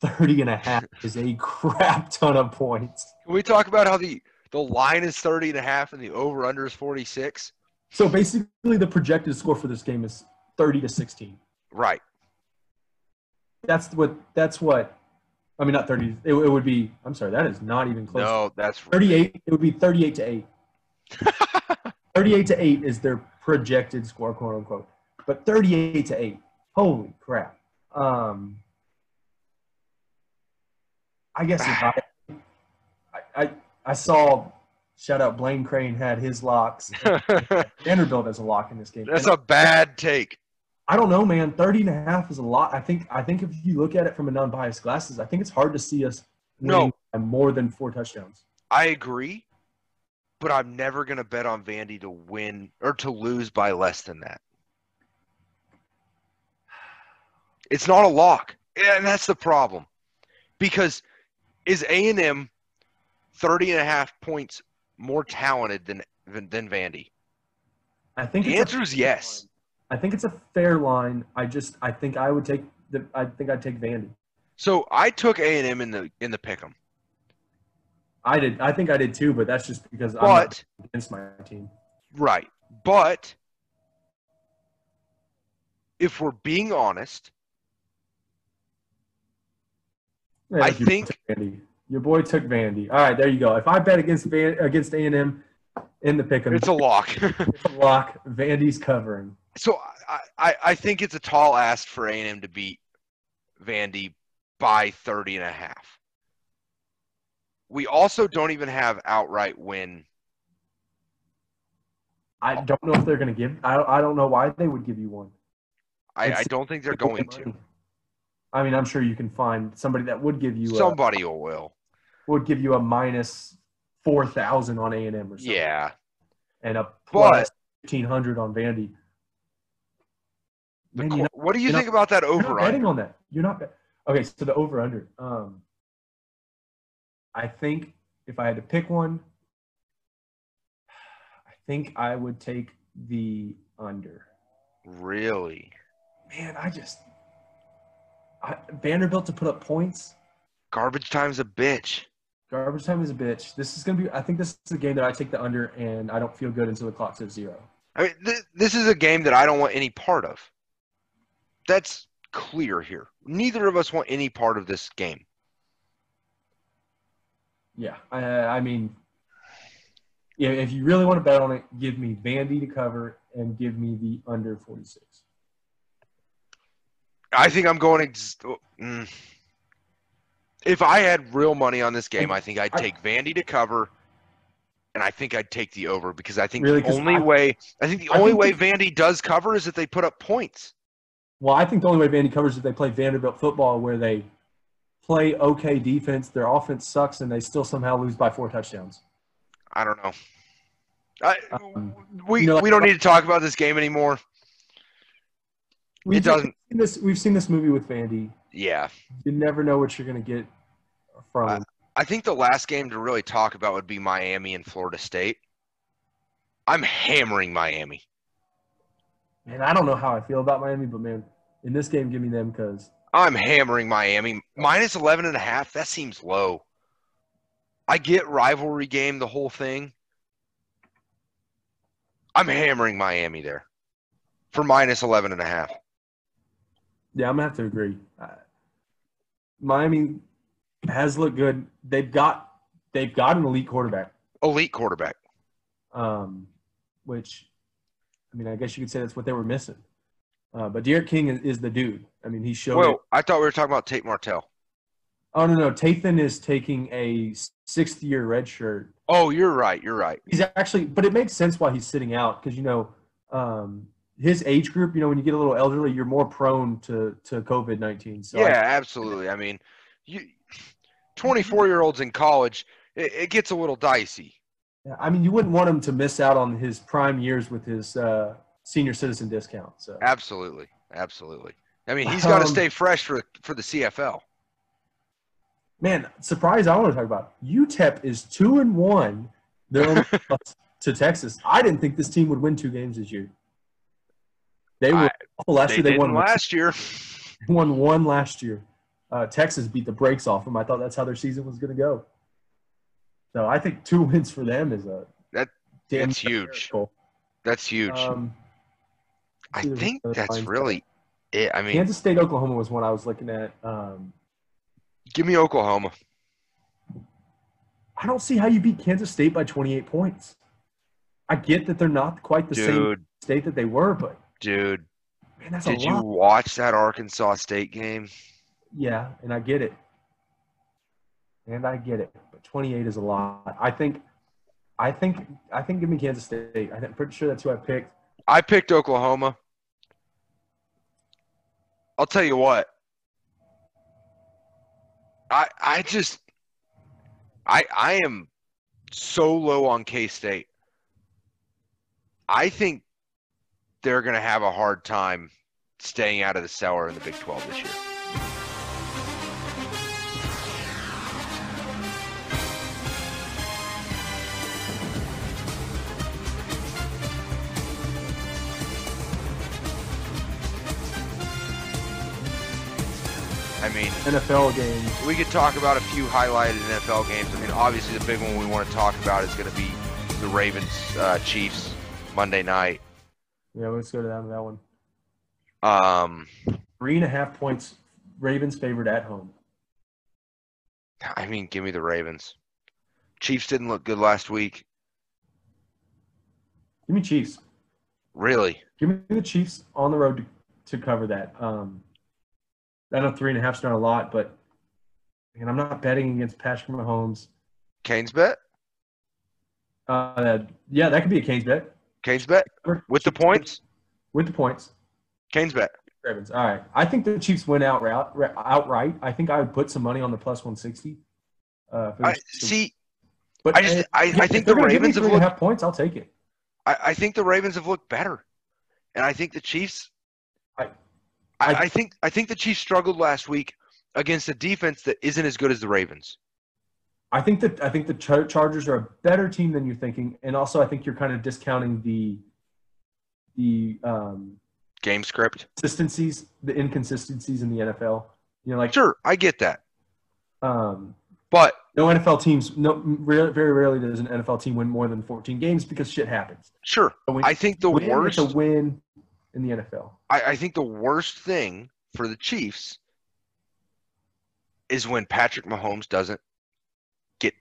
[SPEAKER 2] 30 and a
[SPEAKER 3] [LAUGHS]
[SPEAKER 2] half is a crap ton of points.
[SPEAKER 3] Can we talk about how the the line is 30 and a half and the over under is 46?
[SPEAKER 2] So basically the projected score for this game is 30 to 16.
[SPEAKER 3] Right.
[SPEAKER 2] That's what that's what I mean not 30 it, it would be I'm sorry, that is not even close.
[SPEAKER 3] No, that's
[SPEAKER 2] 38 it would be 38 to
[SPEAKER 3] [LAUGHS]
[SPEAKER 2] 8 38 to 8 is their projected score quote unquote but 38 to 8 holy crap um i guess if I, I i i saw shout out blaine crane had his locks
[SPEAKER 3] [LAUGHS]
[SPEAKER 2] vanderbilt has a lock in this game
[SPEAKER 3] that's
[SPEAKER 2] And
[SPEAKER 3] a bad take.
[SPEAKER 2] i don't know man 30 and a half is a lot i think i think if you look at it from a non-biased glasses i think it's hard to see us
[SPEAKER 3] No.
[SPEAKER 2] winning by more than four touchdowns
[SPEAKER 3] I agree, but I'm never going to bet on Vandy to win or to lose by less than that. It's not a lock, and that's the problem. Because is A&M 30 and a half points more talented than than, than Vandy?
[SPEAKER 2] I think
[SPEAKER 3] The
[SPEAKER 2] it's a
[SPEAKER 3] answer is yes.
[SPEAKER 2] I think it's a fair line. I just I think I would take the I think I'd take Vandy.
[SPEAKER 3] So I took A and M in the in the pick'em,
[SPEAKER 2] I did I think I did too, but that's just because I'm not
[SPEAKER 3] but
[SPEAKER 2] against my team.
[SPEAKER 3] right, but if we're being honest,
[SPEAKER 2] Yeah,
[SPEAKER 3] I
[SPEAKER 2] your boy
[SPEAKER 3] think-
[SPEAKER 2] took Vandy. your boy took Vandy. All right, there you go. If I bet against Van against A and M in the pick 'em,
[SPEAKER 3] it's
[SPEAKER 2] [LAUGHS]
[SPEAKER 3] a lock.
[SPEAKER 2] lock. Vandy's covering.
[SPEAKER 3] so I, I I think it's a tall ask for A and M to beat Vandy by 30 and a half. We also don't even have outright win.
[SPEAKER 2] I don't know if they're going to give. I I don't know why they would give you one.
[SPEAKER 3] I, I
[SPEAKER 2] It's-
[SPEAKER 3] don't think they're going to.
[SPEAKER 2] I mean, I'm sure you can find somebody that would give you a,
[SPEAKER 3] Somebody will. will.
[SPEAKER 2] would give you a minus four thousand on A and M or something.
[SPEAKER 3] Yeah.
[SPEAKER 2] and a
[SPEAKER 3] But-
[SPEAKER 2] plus fifteen hundred on Vandy.
[SPEAKER 3] The
[SPEAKER 2] Man,
[SPEAKER 3] qu-
[SPEAKER 2] you're not,
[SPEAKER 3] what do you
[SPEAKER 2] you know-
[SPEAKER 3] think about that
[SPEAKER 2] you're
[SPEAKER 3] over
[SPEAKER 2] not betting on that. You're not bet- okay. So the over under. Um, I think if I had to pick one, I think I would take the under.
[SPEAKER 3] Really?
[SPEAKER 2] Man, I just I, Vanderbilt to put up points.
[SPEAKER 3] Garbage time's a bitch.
[SPEAKER 2] Garbage time is a bitch. This is gonna be. I think this is a game that I take the under, and I don't feel good until the clock says zero.
[SPEAKER 3] I mean, th- this is a game that I don't want any part of. That's clear here. Neither of us want any part of this game.
[SPEAKER 2] Yeah, I, I mean, yeah, if you really want to bet on it, give me Vandy to cover and give me the under 46.
[SPEAKER 3] I think I'm going. Ex- mm. If I had real money on this game, I think I'd
[SPEAKER 2] I-
[SPEAKER 3] take Vandy to cover, and I think I'd take the over because I think
[SPEAKER 2] Really?
[SPEAKER 3] the
[SPEAKER 2] 'Cause
[SPEAKER 3] only
[SPEAKER 2] I-
[SPEAKER 3] way I think the
[SPEAKER 2] I
[SPEAKER 3] only
[SPEAKER 2] think
[SPEAKER 3] way Vandy does cover is if they put up points.
[SPEAKER 2] Well, I think the only way Vandy covers is if they play Vanderbilt football, where they play okay defense, their offense sucks, and they still somehow lose by four touchdowns.
[SPEAKER 3] I don't know. I,
[SPEAKER 2] Um,
[SPEAKER 3] we
[SPEAKER 2] you know,
[SPEAKER 3] we don't need to talk about this game anymore.
[SPEAKER 2] We've
[SPEAKER 3] It doesn't-
[SPEAKER 2] Seen this, we've seen this movie with Vandy.
[SPEAKER 3] Yeah,
[SPEAKER 2] You never know what you're going to get from
[SPEAKER 3] I-
[SPEAKER 2] them.
[SPEAKER 3] I think the last game to really talk about would be Miami and Florida State. I'm hammering Miami.
[SPEAKER 2] Man, I don't know how I feel about Miami, but man, in this game, give me them because
[SPEAKER 3] I'm hammering Miami. Minus 11 and a half, that seems low. I get rivalry game, the whole thing. I'm hammering Miami there for minus 11 and a half.
[SPEAKER 2] Yeah, I'm gonna have to agree. Uh, Miami has looked good. They've got they've got an elite quarterback,
[SPEAKER 3] Elite quarterback.
[SPEAKER 2] um, which I mean, I guess you could say that's what they were missing. Uh, but Derek King is, is the dude. I mean, he showed. it.
[SPEAKER 3] Well, I thought we were talking about Tate Martell.
[SPEAKER 2] Oh no, no, Tathan is taking a sixth year red shirt.
[SPEAKER 3] Oh, you're right. You're right.
[SPEAKER 2] He's actually, but it makes sense why he's sitting out because you know um, his age group. You know, when you get a little elderly, you're more prone to to COVID nineteen. So I-
[SPEAKER 3] yeah, absolutely. I mean, you 24 year olds in college, it, it gets a little dicey.
[SPEAKER 2] Yeah, I mean, you wouldn't want him to miss out on his prime years with his uh, senior citizen discount. So
[SPEAKER 3] Absolutely. Absolutely. I mean, he's got to
[SPEAKER 2] Um,
[SPEAKER 3] stay fresh for, for the CFL.
[SPEAKER 2] man, surprise! I want to talk about UTEP is two and one. They're
[SPEAKER 3] [LAUGHS]
[SPEAKER 2] only lost to Texas. I didn't think this team would win two games this year. They were
[SPEAKER 3] I-
[SPEAKER 2] awful last
[SPEAKER 3] They
[SPEAKER 2] year. They
[SPEAKER 3] didn't
[SPEAKER 2] won
[SPEAKER 3] last year.
[SPEAKER 2] won one last year. Uh, Texas beat the brakes off them. I thought that's how their season was going to go. So I think two [LAUGHS] wins for them is a
[SPEAKER 3] That-
[SPEAKER 2] damn
[SPEAKER 3] that's huge.
[SPEAKER 2] miracle.
[SPEAKER 3] That's huge.
[SPEAKER 2] Um,
[SPEAKER 3] I
[SPEAKER 2] see the
[SPEAKER 3] think
[SPEAKER 2] other
[SPEAKER 3] that's
[SPEAKER 2] lines.
[SPEAKER 3] really it. I mean,
[SPEAKER 2] Kansas State Oklahoma was one I was looking at. Um,
[SPEAKER 3] give me Oklahoma.
[SPEAKER 2] I don't see how you beat Kansas State by 28 points. I get that they're not quite the same
[SPEAKER 3] Dude,
[SPEAKER 2] state that they were, but
[SPEAKER 3] dude,
[SPEAKER 2] man, that's
[SPEAKER 3] did
[SPEAKER 2] a
[SPEAKER 3] you
[SPEAKER 2] lot.
[SPEAKER 3] watch that Arkansas State game?
[SPEAKER 2] Yeah, and I get it. And I get it. But 28 is a lot. I think I think I think give me Kansas State. I'm pretty sure that's who I picked.
[SPEAKER 3] I picked Oklahoma. I'll tell you what. I I just I I am so low on K State. I think they're gonna have a hard time staying out of the cellar in the Big Twelve this year. I mean,
[SPEAKER 2] NFL games.
[SPEAKER 3] we could talk about a few highlighted NFL games. I mean, obviously the big one we want to talk about is going to be the Ravens uh, Chiefs Monday night.
[SPEAKER 2] Yeah, let's go to that, that one.
[SPEAKER 3] Um,
[SPEAKER 2] Three and a half points. Ravens favored at home.
[SPEAKER 3] I mean, give me the Ravens. Chiefs didn't look good last week,
[SPEAKER 2] Give me Chiefs.
[SPEAKER 3] really.
[SPEAKER 2] Give me the Chiefs on the road to, to cover that. Um, I know three and a half's not a lot, but and I'm not betting against Patrick Mahomes.
[SPEAKER 3] Kane's bet.
[SPEAKER 2] Uh, yeah, that could be a Canes bet
[SPEAKER 3] Kane's bet with the points.
[SPEAKER 2] With the points,
[SPEAKER 3] Kane's bet.
[SPEAKER 2] Ravens. All right, I think the Chiefs win outright. Outright, I think I would put some money on the plus 160. Uh, for
[SPEAKER 3] I,
[SPEAKER 2] the-
[SPEAKER 3] see,
[SPEAKER 2] but uh,
[SPEAKER 3] I just I, I
[SPEAKER 2] if
[SPEAKER 3] think
[SPEAKER 2] they're
[SPEAKER 3] the
[SPEAKER 2] gonna give me
[SPEAKER 3] Ravens
[SPEAKER 2] three
[SPEAKER 3] have
[SPEAKER 2] and a
[SPEAKER 3] looked.
[SPEAKER 2] half points. I'll take it.
[SPEAKER 3] I, I think the Ravens have looked better, and I think the Chiefs. I,
[SPEAKER 2] I-
[SPEAKER 3] I,
[SPEAKER 2] I-
[SPEAKER 3] think I think the Chiefs struggled last week against a defense that isn't as good as the Ravens.
[SPEAKER 2] I think that I think the Char- Chargers are a better team than you're thinking, and also I think you're kind of discounting the the um,
[SPEAKER 3] Game script.
[SPEAKER 2] consistencies, the inconsistencies in the NFL. You know, like
[SPEAKER 3] Sure, I get that,
[SPEAKER 2] um,
[SPEAKER 3] but
[SPEAKER 2] no NFL teams, no rare- very rarely does an NFL team win more than 14 games because shit happens.
[SPEAKER 3] sure,
[SPEAKER 2] So when
[SPEAKER 3] I think the
[SPEAKER 2] you win,
[SPEAKER 3] worst.
[SPEAKER 2] it's a win in the NFL.
[SPEAKER 3] I, I think the worst thing for the Chiefs is when Patrick Mahomes doesn't get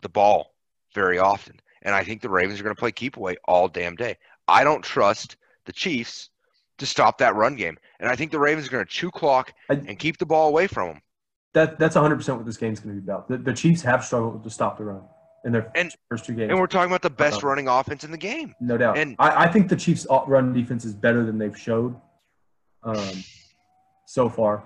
[SPEAKER 3] the ball very often. And I think the Ravens are going to play keep away all damn day. I don't trust the Chiefs to stop that run game. And I think the Ravens are going to chew clock
[SPEAKER 2] I-
[SPEAKER 3] and keep the ball away from them.
[SPEAKER 2] That that's 100 percent what this game's going to be about. The, the Chiefs have struggled to stop the run in their
[SPEAKER 3] And-
[SPEAKER 2] first two games,
[SPEAKER 3] And we're talking about the best
[SPEAKER 2] Uh-huh.
[SPEAKER 3] running offense in the game.
[SPEAKER 2] no doubt.
[SPEAKER 3] and-
[SPEAKER 2] I, I think the Chiefs' all- run defense is better than they've showed um, so far.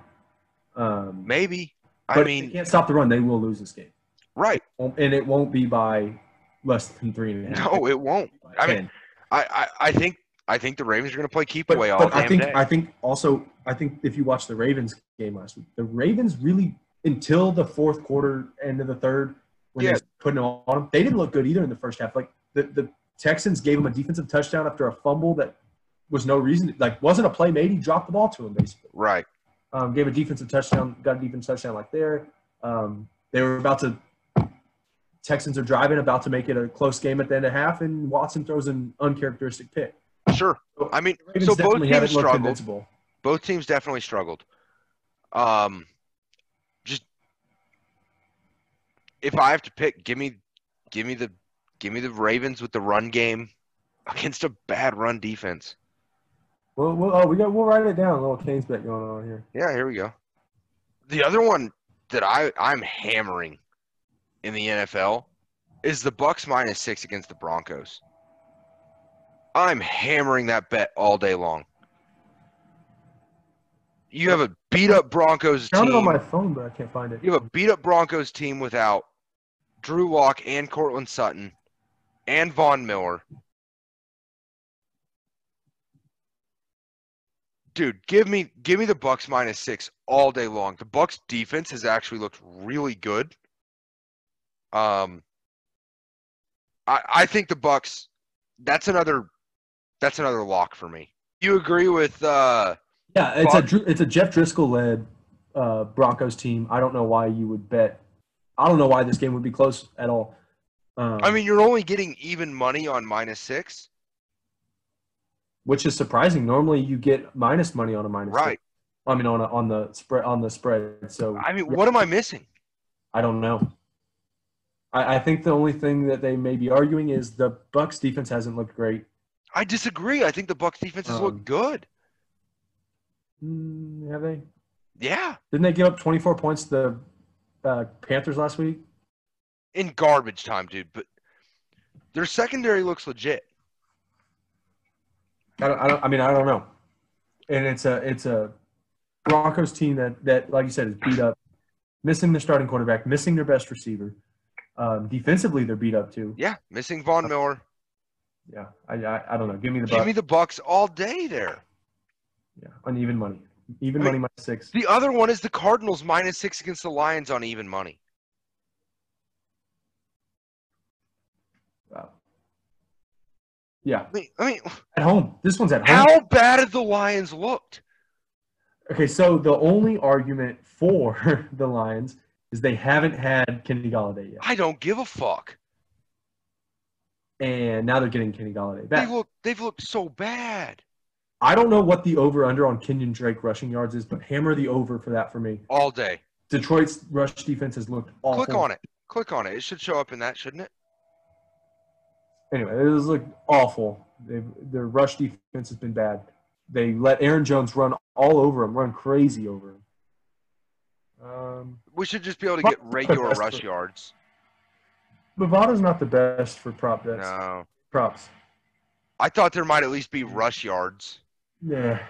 [SPEAKER 2] Um,
[SPEAKER 3] Maybe.
[SPEAKER 2] but
[SPEAKER 3] I
[SPEAKER 2] if they
[SPEAKER 3] mean,
[SPEAKER 2] can't stop the run. They will lose this game,
[SPEAKER 3] right.
[SPEAKER 2] Um, and it won't be by less than three and a half.
[SPEAKER 3] No, it won't.
[SPEAKER 2] By
[SPEAKER 3] I mean,
[SPEAKER 2] 10.
[SPEAKER 3] I, I, I think I think the Ravens are going to play keep
[SPEAKER 2] But,
[SPEAKER 3] away all
[SPEAKER 2] but
[SPEAKER 3] damn
[SPEAKER 2] I think
[SPEAKER 3] day.
[SPEAKER 2] I think also I think if you watch the Ravens game last week, the Ravens really until the fourth quarter, end of the third, when
[SPEAKER 3] Yeah.
[SPEAKER 2] they putting on them, they didn't look good either in the first half. Like the, the Texans gave him a defensive touchdown after a fumble that was no reason, like wasn't a play made. He dropped the ball to him basically.
[SPEAKER 3] right.
[SPEAKER 2] Um, gave a defensive touchdown, got a defensive touchdown like there. Um, they were about to. Texans are driving, about to make it a close game at the end of half, and Watson throws an uncharacteristic pick.
[SPEAKER 3] Sure. I mean,
[SPEAKER 2] The Ravens
[SPEAKER 3] so both
[SPEAKER 2] definitely haven't
[SPEAKER 3] teams
[SPEAKER 2] looked
[SPEAKER 3] struggled.
[SPEAKER 2] invincible.
[SPEAKER 3] both teams definitely struggled. Um, just if I have to pick, give me, give me the, give me the Ravens with the run game against a bad run defense.
[SPEAKER 2] Well, well oh, we got we'll write it down. A little Canes bet going on here.
[SPEAKER 3] Yeah, here we go. The other one that I I'm hammering in the NFL is the Bucks minus six against the Broncos. I'm hammering that bet all day long. You have a beat up Broncos
[SPEAKER 2] Found it
[SPEAKER 3] team.
[SPEAKER 2] on my phone, but I can't find it.
[SPEAKER 3] You have a beat up Broncos team without Drew Lock and Cortland Sutton and Von Miller. Dude, give me give me the Bucks minus six all day long. The Bucks defense has actually looked really good. Um I I think the Bucks that's another that's another lock for me. You agree with uh
[SPEAKER 2] yeah, it's a
[SPEAKER 3] Fuck.
[SPEAKER 2] Dr- it's a Jeff Driscoll led uh, Broncos team. I don't know why you would bet. I don't know why this game would be close at all. Um,
[SPEAKER 3] I mean you're only getting even money on minus six.
[SPEAKER 2] which is surprising. Normally, you get minus money on a minus.
[SPEAKER 3] Right.
[SPEAKER 2] I mean, on a, on the spread on the spread. So
[SPEAKER 3] I mean, what am I missing?
[SPEAKER 2] I don't know. I, I think the only thing that they may be arguing is the Bucks defense hasn't looked great.
[SPEAKER 3] I disagree. I think the Bucks defense has
[SPEAKER 2] Um,
[SPEAKER 3] looked good.
[SPEAKER 2] Mm, have they?
[SPEAKER 3] Yeah,
[SPEAKER 2] Didn't they give up 24 points to the uh, Panthers last week?
[SPEAKER 3] in garbage time, dude. But their secondary looks legit.
[SPEAKER 2] I don't, I don't. I mean, I don't know. And it's a it's a Broncos team that that like you said is beat up, missing their starting quarterback, missing their best receiver. Um, defensively, they're beat up too.
[SPEAKER 3] Yeah, missing Von Miller.
[SPEAKER 2] Yeah, I I, I don't know. Give me the
[SPEAKER 3] Give
[SPEAKER 2] buck.
[SPEAKER 3] me the Bucks all day there.
[SPEAKER 2] yeah, uneven money. Even
[SPEAKER 3] I
[SPEAKER 2] money minus six.
[SPEAKER 3] The other one is the Cardinals minus six against the Lions on even money.
[SPEAKER 2] Wow. Yeah,
[SPEAKER 3] I mean, I mean
[SPEAKER 2] at home. This one's at home.
[SPEAKER 3] how bad have the Lions looked?
[SPEAKER 2] Okay, so the only argument for [LAUGHS] the Lions is they haven't had Kenny Galladay yet,
[SPEAKER 3] I don't give a fuck.
[SPEAKER 2] and now they're getting Kenny Galladay
[SPEAKER 3] They
[SPEAKER 2] back.
[SPEAKER 3] look they've looked so bad.
[SPEAKER 2] I don't know what the over under on Kenyon Drake rushing yards is, but hammer the over for that for me.
[SPEAKER 3] All day.
[SPEAKER 2] Detroit's rush defense has looked awful.
[SPEAKER 3] Click on it. Click on it. It should show up in that, shouldn't it?
[SPEAKER 2] Anyway, it has looked awful. They've, their rush defense has been bad. They let Aaron Jones run all over him, run crazy over him. Um,
[SPEAKER 3] We should just be able to get regular
[SPEAKER 2] That's
[SPEAKER 3] rush
[SPEAKER 2] the- Bavada's
[SPEAKER 3] yards.
[SPEAKER 2] not the best for prop bets.
[SPEAKER 3] No.
[SPEAKER 2] Props.
[SPEAKER 3] I thought there might at least be rush yards.
[SPEAKER 2] Yeah.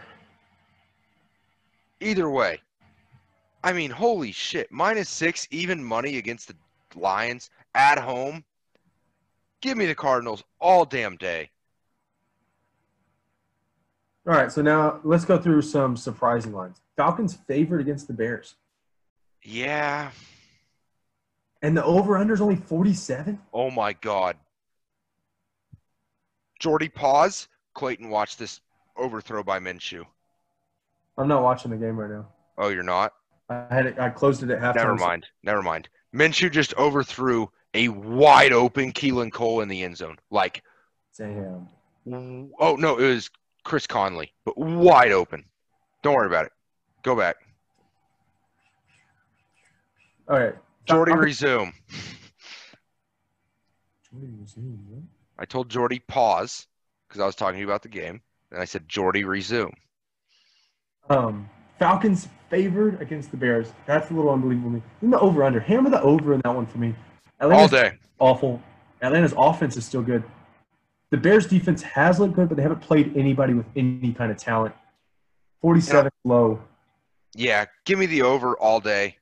[SPEAKER 3] Either way. I mean, holy shit. Minus six, even money against the Lions at home. Give me the Cardinals all damn day.
[SPEAKER 2] All right, so now let's go through some surprising lines. Falcons favored against the Bears,
[SPEAKER 3] Yeah.
[SPEAKER 2] and the over under is only 47.
[SPEAKER 3] Oh my God. Jordy, pause. Clayton, watch this overthrow by Minshew.
[SPEAKER 2] I'm not watching the game right now.
[SPEAKER 3] Oh, you're not?
[SPEAKER 2] I had it, I closed it at halftime.
[SPEAKER 3] Never mind. Never mind. Minshew just overthrew a wide open Keelan Cole in the end zone. Like,
[SPEAKER 2] Damn.
[SPEAKER 3] oh no, it was Chris Conley, but wide open. Don't worry about it. Go back.
[SPEAKER 2] All right.
[SPEAKER 3] Jordy,
[SPEAKER 2] I'm-
[SPEAKER 3] resume. I told Jordy pause because I was talking to you about the game, and I said Jordy resume.
[SPEAKER 2] Um, Falcons favored against the Bears. That's a little unbelievable to me. Then the over under. Hammer the over in that one for me.
[SPEAKER 3] All
[SPEAKER 2] Atlanta's
[SPEAKER 3] day.
[SPEAKER 2] awful. Atlanta's offense is still good. The Bears defense has looked good, but they haven't played anybody with any kind of talent. 47 low.
[SPEAKER 3] Yeah, give me the over all day.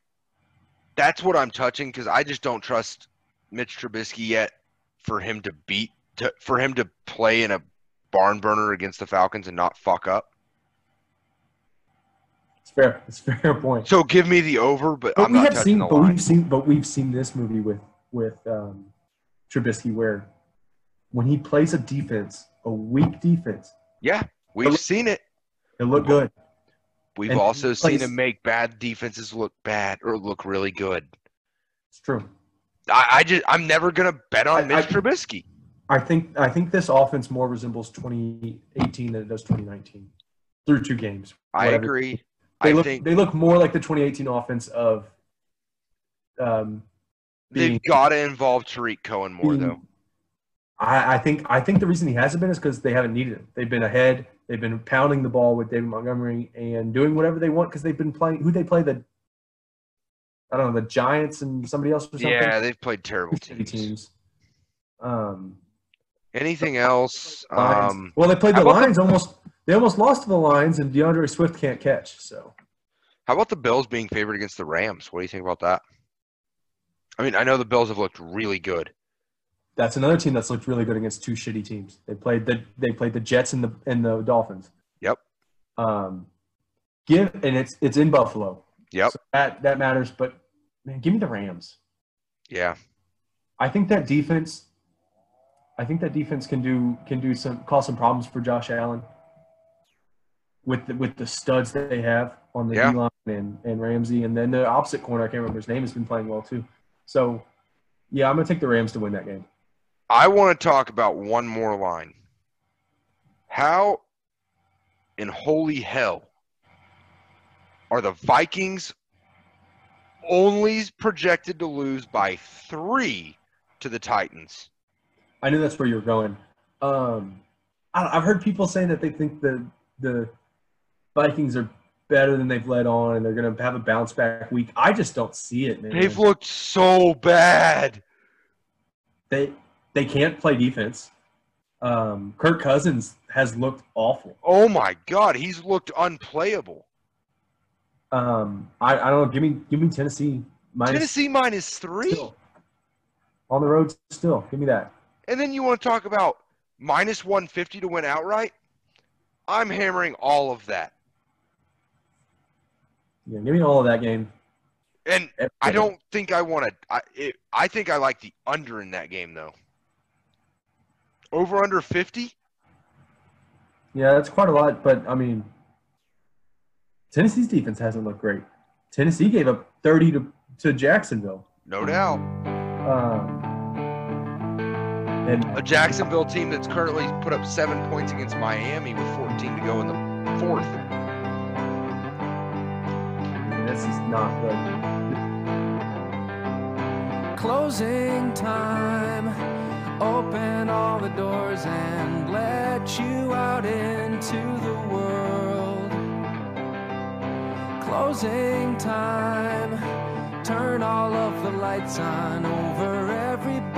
[SPEAKER 3] That's what I'm touching because I just don't trust Mitch Trubisky yet for him to beat to, for him to play in a barn burner against the Falcons and not fuck up.
[SPEAKER 2] It's fair. It's a fair point.
[SPEAKER 3] So give me the over, but,
[SPEAKER 2] But
[SPEAKER 3] I'm
[SPEAKER 2] we
[SPEAKER 3] not
[SPEAKER 2] have
[SPEAKER 3] touching
[SPEAKER 2] seen,
[SPEAKER 3] the
[SPEAKER 2] but
[SPEAKER 3] line.
[SPEAKER 2] we've seen, but we've seen this movie with with um, Trubisky, where when he plays a defense, a weak defense,
[SPEAKER 3] Yeah, we've seen it.
[SPEAKER 2] it looked good.
[SPEAKER 3] We've
[SPEAKER 2] And
[SPEAKER 3] also
[SPEAKER 2] he
[SPEAKER 3] seen
[SPEAKER 2] plays-
[SPEAKER 3] him make bad defenses look bad or look really good.
[SPEAKER 2] It's true.
[SPEAKER 3] I, I just I'm never gonna bet on
[SPEAKER 2] I-
[SPEAKER 3] Mitch
[SPEAKER 2] I-
[SPEAKER 3] Trubisky.
[SPEAKER 2] I think I think this offense more resembles 2018 than it does 2019 through two games.
[SPEAKER 3] I
[SPEAKER 2] whatever.
[SPEAKER 3] agree.
[SPEAKER 2] They
[SPEAKER 3] I
[SPEAKER 2] look
[SPEAKER 3] think
[SPEAKER 2] they look more like the 2018 offense of um,
[SPEAKER 3] they've
[SPEAKER 2] being-
[SPEAKER 3] got to involve Tariq Cohen more though.
[SPEAKER 2] Hmm. I, I think I think the reason he hasn't been is because they haven't needed him. They've been ahead. They've been pounding the ball with David Montgomery and doing whatever they want because they've been playing. Who they play the? I don't know the Giants and somebody else or something.
[SPEAKER 3] Yeah, they've played terrible
[SPEAKER 2] Shitty
[SPEAKER 3] teams.
[SPEAKER 2] teams. Um,
[SPEAKER 3] Anything else?
[SPEAKER 2] Lions.
[SPEAKER 3] Um,
[SPEAKER 2] well, they played
[SPEAKER 3] how
[SPEAKER 2] the
[SPEAKER 3] about the-
[SPEAKER 2] Lions almost. They almost lost to the Lions, and DeAndre Swift can't catch. So
[SPEAKER 3] how about the Bills being favored against the Rams? What do you think about that? I mean, I know the Bills have looked really good.
[SPEAKER 2] that's another team that's looked really good against two shitty teams. They played the they played the Jets and the and the Dolphins.
[SPEAKER 3] Yep.
[SPEAKER 2] Um, give and it's it's in Buffalo.
[SPEAKER 3] Yep.
[SPEAKER 2] So that that matters, but man, give me the Rams.
[SPEAKER 3] Yeah.
[SPEAKER 2] I think that defense. I think that defense can do can do some cause some problems for Josh Allen. With the, with the studs that they have on the
[SPEAKER 3] Yeah.
[SPEAKER 2] D line and, and Ramsey, and then the opposite corner, I can't remember his name, has been playing well too. So, yeah, I'm gonna take the Rams to win that game.
[SPEAKER 3] I want to talk about one more line. How in holy hell are the Vikings only projected to lose by three to the Titans?
[SPEAKER 2] I knew that's where you're going. Um, I, I've heard people saying that they think the the Vikings are better than they've let on, and they're gonna have a bounce back week. I just don't see it, man.
[SPEAKER 3] They've looked so bad.
[SPEAKER 2] they they can't play defense. Um, Kirk Cousins has looked awful.
[SPEAKER 3] Oh my God, he's looked unplayable.
[SPEAKER 2] Um, I, I don't know. Give me give me Tennessee minus
[SPEAKER 3] Tennessee minus three?
[SPEAKER 2] still. on the road still. Give me that.
[SPEAKER 3] And then you want to talk about minus 150 to win outright? I'm hammering all of that.
[SPEAKER 2] Yeah, give me all of that game.
[SPEAKER 3] And I don't think I want to. I, it, I think I like the under in that game, though. Over under 50?
[SPEAKER 2] Yeah, that's quite a lot, but I mean, Tennessee's defense hasn't looked great. Tennessee gave up 30 to, to Jacksonville.
[SPEAKER 3] No doubt.
[SPEAKER 2] Um, and
[SPEAKER 3] A Jacksonville team that's currently put up seven points against Miami with 14 to go in the fourth.
[SPEAKER 2] I mean, this is not good.
[SPEAKER 4] Closing time. Open all the doors and let you out into the world. Closing time. Turn all of the lights on over every